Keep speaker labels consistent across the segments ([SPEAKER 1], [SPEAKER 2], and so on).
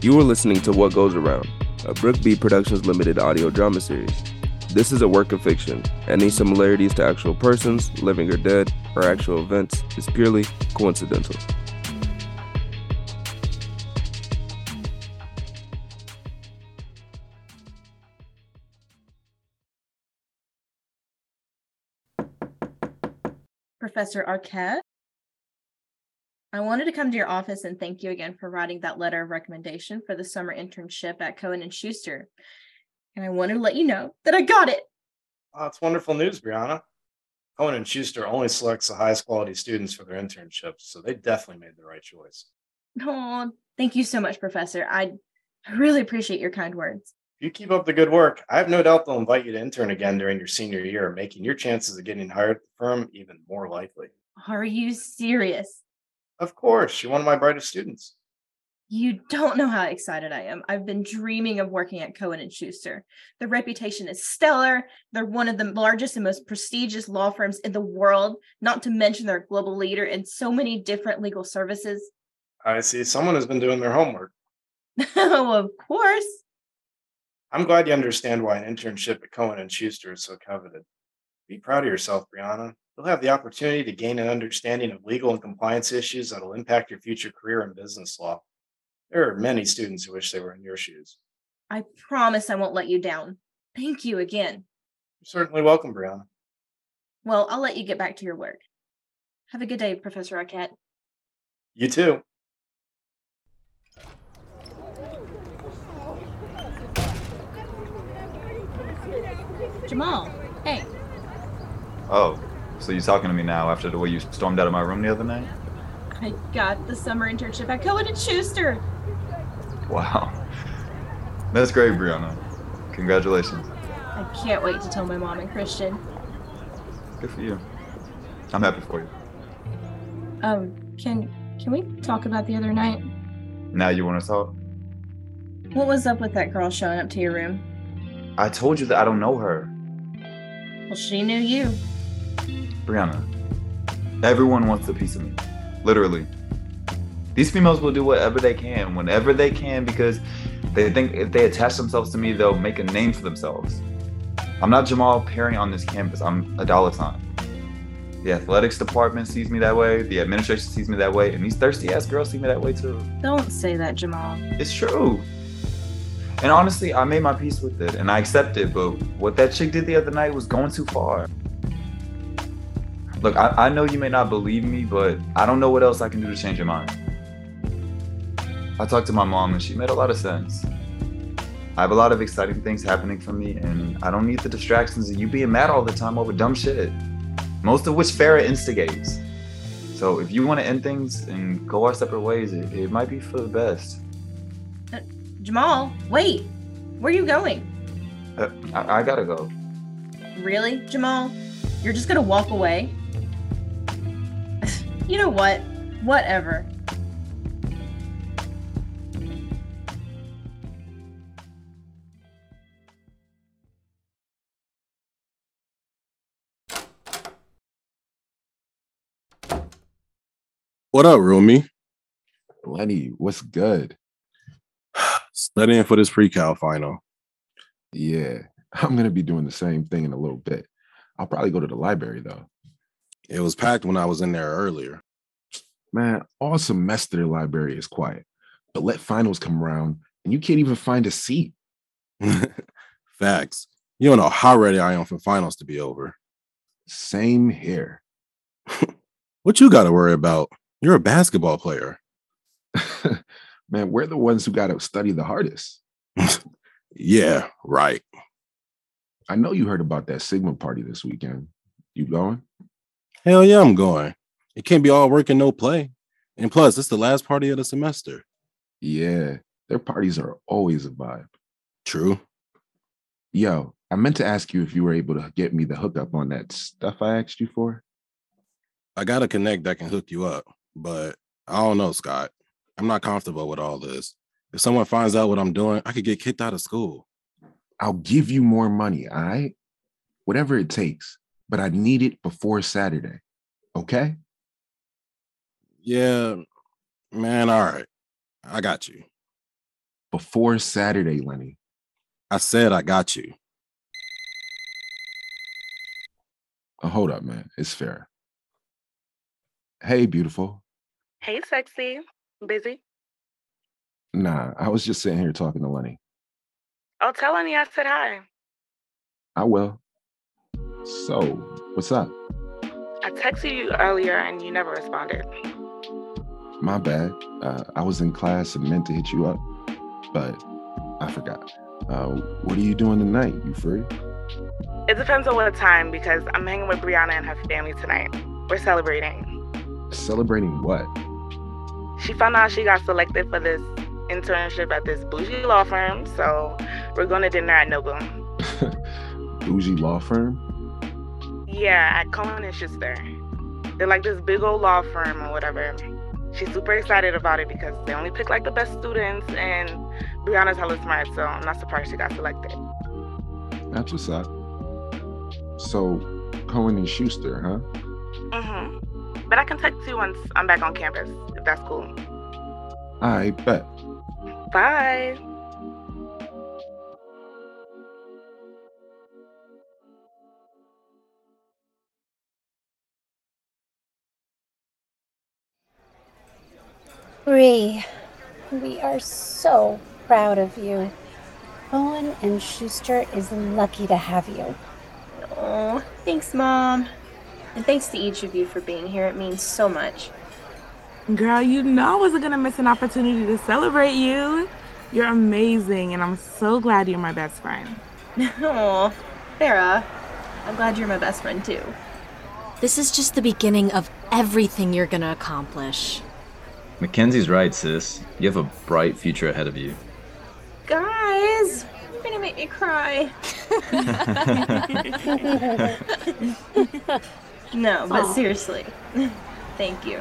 [SPEAKER 1] You are listening to What Goes Around, a Brookbeat Productions Limited audio drama series. This is a work of fiction. Any similarities to actual persons, living or dead, or actual events is purely coincidental.
[SPEAKER 2] Professor Arquette. I wanted to come to your office and thank you again for writing that letter of recommendation for the summer internship at Cohen and Schuster. And I wanted to let you know that I got it.
[SPEAKER 3] Oh, it's wonderful news, Brianna. Cohen and Schuster only selects the highest quality students for their internships, so they definitely made the right choice.
[SPEAKER 2] Oh, thank you so much, Professor. I I really appreciate your kind words.
[SPEAKER 3] If you keep up the good work, I have no doubt they'll invite you to intern again during your senior year, making your chances of getting hired at the firm even more likely.
[SPEAKER 2] Are you serious?
[SPEAKER 3] Of course, you're one of my brightest students.
[SPEAKER 2] You don't know how excited I am. I've been dreaming of working at Cohen and Schuster. Their reputation is stellar. They're one of the largest and most prestigious law firms in the world, not to mention they're a global leader in so many different legal services.
[SPEAKER 3] I see someone has been doing their homework.
[SPEAKER 2] oh, of course.
[SPEAKER 3] I'm glad you understand why an internship at Cohen and Schuster is so coveted. Be proud of yourself, Brianna. You'll have the opportunity to gain an understanding of legal and compliance issues that'll impact your future career in business law. There are many students who wish they were in your shoes.
[SPEAKER 2] I promise I won't let you down. Thank you again.
[SPEAKER 3] You're certainly welcome, Brianna.
[SPEAKER 2] Well, I'll let you get back to your work. Have a good day, Professor Arquette.
[SPEAKER 3] You too.
[SPEAKER 2] Jamal, hey,
[SPEAKER 4] Oh, so you're talking to me now after the way you stormed out of my room the other night?
[SPEAKER 2] I got the summer internship at Cohen and Schuster.
[SPEAKER 4] Wow. That's great, Brianna. Congratulations.
[SPEAKER 2] I can't wait to tell my mom and Christian.
[SPEAKER 4] Good for you. I'm happy for you.
[SPEAKER 2] Um, can can we talk about the other night?
[SPEAKER 4] Now you want to talk?
[SPEAKER 2] What was up with that girl showing up to your room?
[SPEAKER 4] I told you that I don't know her.
[SPEAKER 2] Well, she knew you.
[SPEAKER 4] Brianna, everyone wants a piece of me. Literally. These females will do whatever they can, whenever they can, because they think if they attach themselves to me, they'll make a name for themselves. I'm not Jamal Perry on this campus. I'm a dollar sign. The athletics department sees me that way, the administration sees me that way, and these thirsty ass girls see me that way too.
[SPEAKER 2] Don't say that, Jamal.
[SPEAKER 4] It's true. And honestly, I made my peace with it and I accept it, but what that chick did the other night was going too far. Look, I, I know you may not believe me, but I don't know what else I can do to change your mind. I talked to my mom and she made a lot of sense. I have a lot of exciting things happening for me, and I don't need the distractions of you being mad all the time over dumb shit, most of which Farah instigates. So if you want to end things and go our separate ways, it, it might be for the best.
[SPEAKER 2] Jamal, wait. Where are you going?
[SPEAKER 4] Uh, I, I gotta go.
[SPEAKER 2] Really, Jamal? You're just gonna walk away? you know what? Whatever.
[SPEAKER 5] What up, Rumi?
[SPEAKER 6] Lenny, what's good?
[SPEAKER 5] Let in for this pre-cal final.
[SPEAKER 6] Yeah, I'm gonna be doing the same thing in a little bit. I'll probably go to the library though.
[SPEAKER 5] It was packed when I was in there earlier.
[SPEAKER 6] Man, all semester the library is quiet, but let finals come around and you can't even find a seat.
[SPEAKER 5] Facts. You don't know how ready I am for finals to be over.
[SPEAKER 6] Same here.
[SPEAKER 5] What you gotta worry about? You're a basketball player.
[SPEAKER 6] Man, we're the ones who gotta study the hardest.
[SPEAKER 5] Yeah, right.
[SPEAKER 6] I know you heard about that Sigma party this weekend. You going?
[SPEAKER 5] Hell yeah, I'm going. It can't be all work and no play. And plus, it's the last party of the semester.
[SPEAKER 6] Yeah, their parties are always a vibe.
[SPEAKER 5] True.
[SPEAKER 6] Yo, I meant to ask you if you were able to get me the hookup on that stuff I asked you for.
[SPEAKER 5] I got a connect that can hook you up, but I don't know, Scott. I'm not comfortable with all this. If someone finds out what I'm doing, I could get kicked out of school.
[SPEAKER 6] I'll give you more money, all right? Whatever it takes, but I need it before Saturday. Okay?
[SPEAKER 5] Yeah, man, all right. I got you.
[SPEAKER 6] before Saturday, Lenny.
[SPEAKER 5] I said I got you.
[SPEAKER 6] Oh, hold up, man. It's fair. Hey, beautiful.
[SPEAKER 7] Hey, sexy. Busy?
[SPEAKER 6] Nah, I was just sitting here talking to Lenny.
[SPEAKER 7] Oh, tell Lenny I said hi.
[SPEAKER 6] I will. So, what's up?
[SPEAKER 7] I texted you earlier and you never responded.
[SPEAKER 6] My bad. Uh, I was in class and meant to hit you up, but I forgot. Uh, what are you doing tonight? You free?
[SPEAKER 7] It depends on what time because I'm hanging with Brianna and her family tonight. We're celebrating.
[SPEAKER 6] Celebrating what?
[SPEAKER 7] She found out she got selected for this internship at this bougie law firm, so we're going to dinner at Nobu.
[SPEAKER 6] Bougie law firm?
[SPEAKER 7] Yeah, at Cohen and Schuster. They're like this big old law firm or whatever. She's super excited about it because they only pick like the best students, and Brianna's hella smart, so I'm not surprised she got selected.
[SPEAKER 6] That's what's up. So, Cohen and Schuster, huh?
[SPEAKER 7] hmm But I can text you once I'm back on campus, if that's cool.
[SPEAKER 6] I bet.
[SPEAKER 7] Bye.
[SPEAKER 8] Bree, we are so proud of you. Owen and Schuster is lucky to have you.
[SPEAKER 2] Oh, thanks, Mom. And thanks to each of you for being here. It means so much.
[SPEAKER 9] Girl, you know I wasn't gonna miss an opportunity to celebrate you. You're amazing, and I'm so glad you're my best friend.
[SPEAKER 2] Oh, Farah, I'm glad you're my best friend too.
[SPEAKER 10] This is just the beginning of everything you're gonna accomplish.
[SPEAKER 11] Mackenzie's right, sis. You have a bright future ahead of you.
[SPEAKER 2] Guys, you're gonna make me cry. no, but
[SPEAKER 8] Aw.
[SPEAKER 2] seriously, thank you.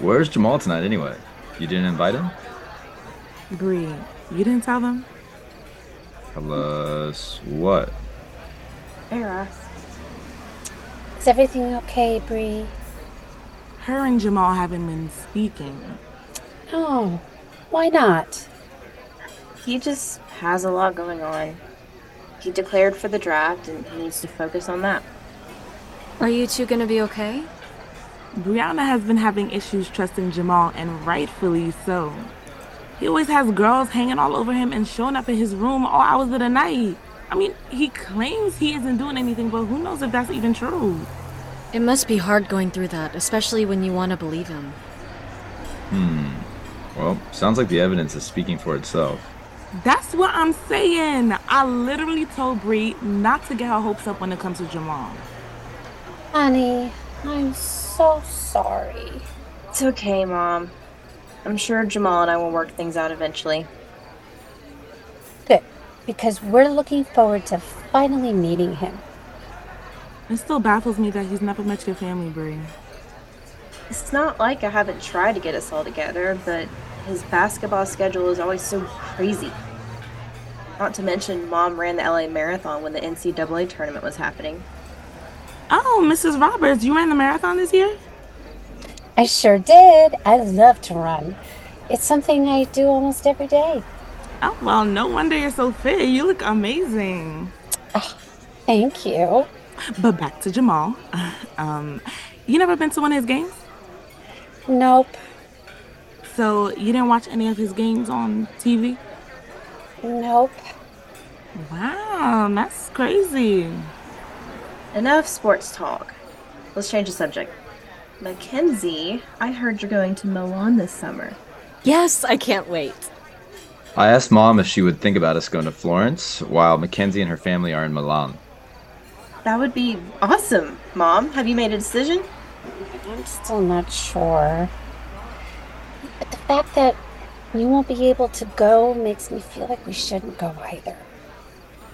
[SPEAKER 11] Where's Jamal tonight, anyway? You didn't invite him?
[SPEAKER 9] Bree, you didn't tell them?
[SPEAKER 11] Unless what?
[SPEAKER 2] Farah,
[SPEAKER 8] Is everything okay, Bree?
[SPEAKER 9] Her and Jamal haven't been speaking.
[SPEAKER 8] Oh, why not?
[SPEAKER 2] he just has a lot going on. He declared for the draft and he needs to focus on that.
[SPEAKER 10] Are you two gonna be okay?
[SPEAKER 9] Brianna has been having issues trusting Jamal, and rightfully so. He always has girls hanging all over him and showing up in his room all hours of the night. I mean, he claims he isn't doing anything, but who knows if that's even true?
[SPEAKER 10] It must be hard going through that, especially when you wanna believe him.
[SPEAKER 11] Hmm. Well, sounds like the evidence is speaking for itself.
[SPEAKER 9] That's what I'm saying. I literally told Bree not to get her hopes up when it comes to Jamal.
[SPEAKER 8] Honey, I'm so sorry.
[SPEAKER 2] It's okay, Mom. I'm sure Jamal and I will work things out eventually.
[SPEAKER 8] Good, because we're looking forward to finally meeting him.
[SPEAKER 9] It still baffles me that he's never met your family, Bree.
[SPEAKER 2] It's not like I haven't tried to get us all together, but his basketball schedule is always so crazy. Not to mention, mom ran the LA Marathon when the NCAA tournament was happening.
[SPEAKER 9] Oh, Mrs. Roberts, you ran the marathon this year?
[SPEAKER 8] I sure did. I love to run. It's something I do almost every day.
[SPEAKER 9] Oh, well, no wonder you're so fit. You look amazing.
[SPEAKER 8] Thank you.
[SPEAKER 9] But back to Jamal. um, you never been to one of his games?
[SPEAKER 8] Nope.
[SPEAKER 9] So you didn't watch any of his games on TV?
[SPEAKER 8] Nope.
[SPEAKER 9] Wow, that's crazy.
[SPEAKER 2] Enough sports talk. Let's change the subject. Mackenzie, I heard you're going to Milan this summer.
[SPEAKER 10] Yes, I can't wait.
[SPEAKER 11] I asked mom if she would think about us going to Florence while Mackenzie and her family are in Milan.
[SPEAKER 2] That would be awesome, Mom. Have you made a decision?
[SPEAKER 8] I'm still not sure. But the fact that we won't be able to go makes me feel like we shouldn't go either.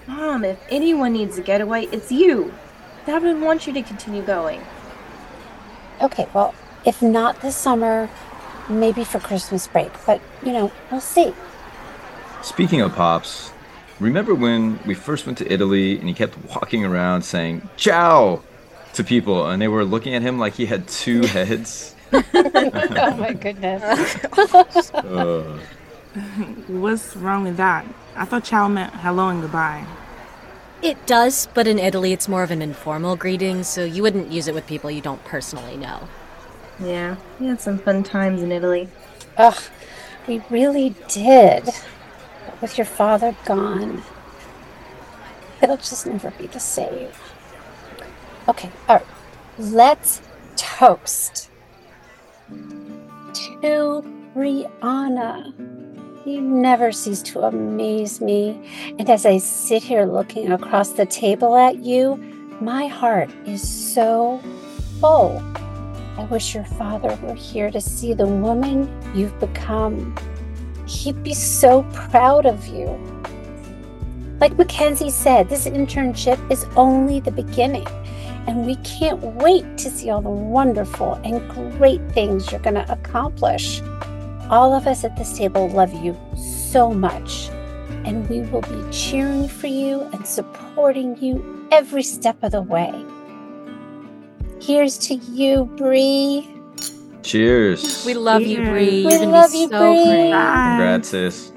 [SPEAKER 2] Mom, if anyone needs a getaway, it's you. Dad would want you to continue going.
[SPEAKER 8] Okay, well, if not this summer, maybe for Christmas break. But, you know, we'll see.
[SPEAKER 11] Speaking of pops, remember when we first went to Italy and he kept walking around saying "ciao" to people, and they were looking at him like he had two heads?
[SPEAKER 8] oh my goodness.
[SPEAKER 11] Uh,
[SPEAKER 9] What's wrong with that? I thought Chow meant hello and goodbye.
[SPEAKER 10] It does, but in Italy it's more of an informal greeting, so you wouldn't use it with people you don't personally know.
[SPEAKER 2] Yeah, we had some fun times in Italy.
[SPEAKER 8] Ugh, we really did. But with your father gone, it'll just never be the same. Okay, all right. Let's toast to Rihanna. You never cease to amaze me. And as I sit here looking across the table at you, my heart is so full. I wish your father were here to see the woman you've become. He'd be so proud of you. Like Mackenzie said, this internship is only the beginning, and we can't wait to see all the wonderful and great things you're going to accomplish. All of us at this table love you so much, and we will be cheering for you and supporting you every step of the way. Here's to you, Bree.
[SPEAKER 11] Cheers.
[SPEAKER 10] We love you, Bree.
[SPEAKER 8] We
[SPEAKER 10] You're gonna
[SPEAKER 8] love
[SPEAKER 10] be
[SPEAKER 8] you,
[SPEAKER 10] so
[SPEAKER 8] Bree.
[SPEAKER 10] great.
[SPEAKER 11] Congrats, sis.